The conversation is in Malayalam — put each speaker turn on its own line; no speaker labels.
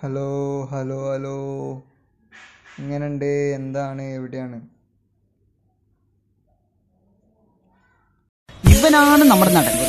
ഹലോ ഹലോ ഹലോ എങ്ങനെയുണ്ട് എന്താണ് എവിടെയാണ്
ഇവനാണ് നമ്മുടെ നടൻ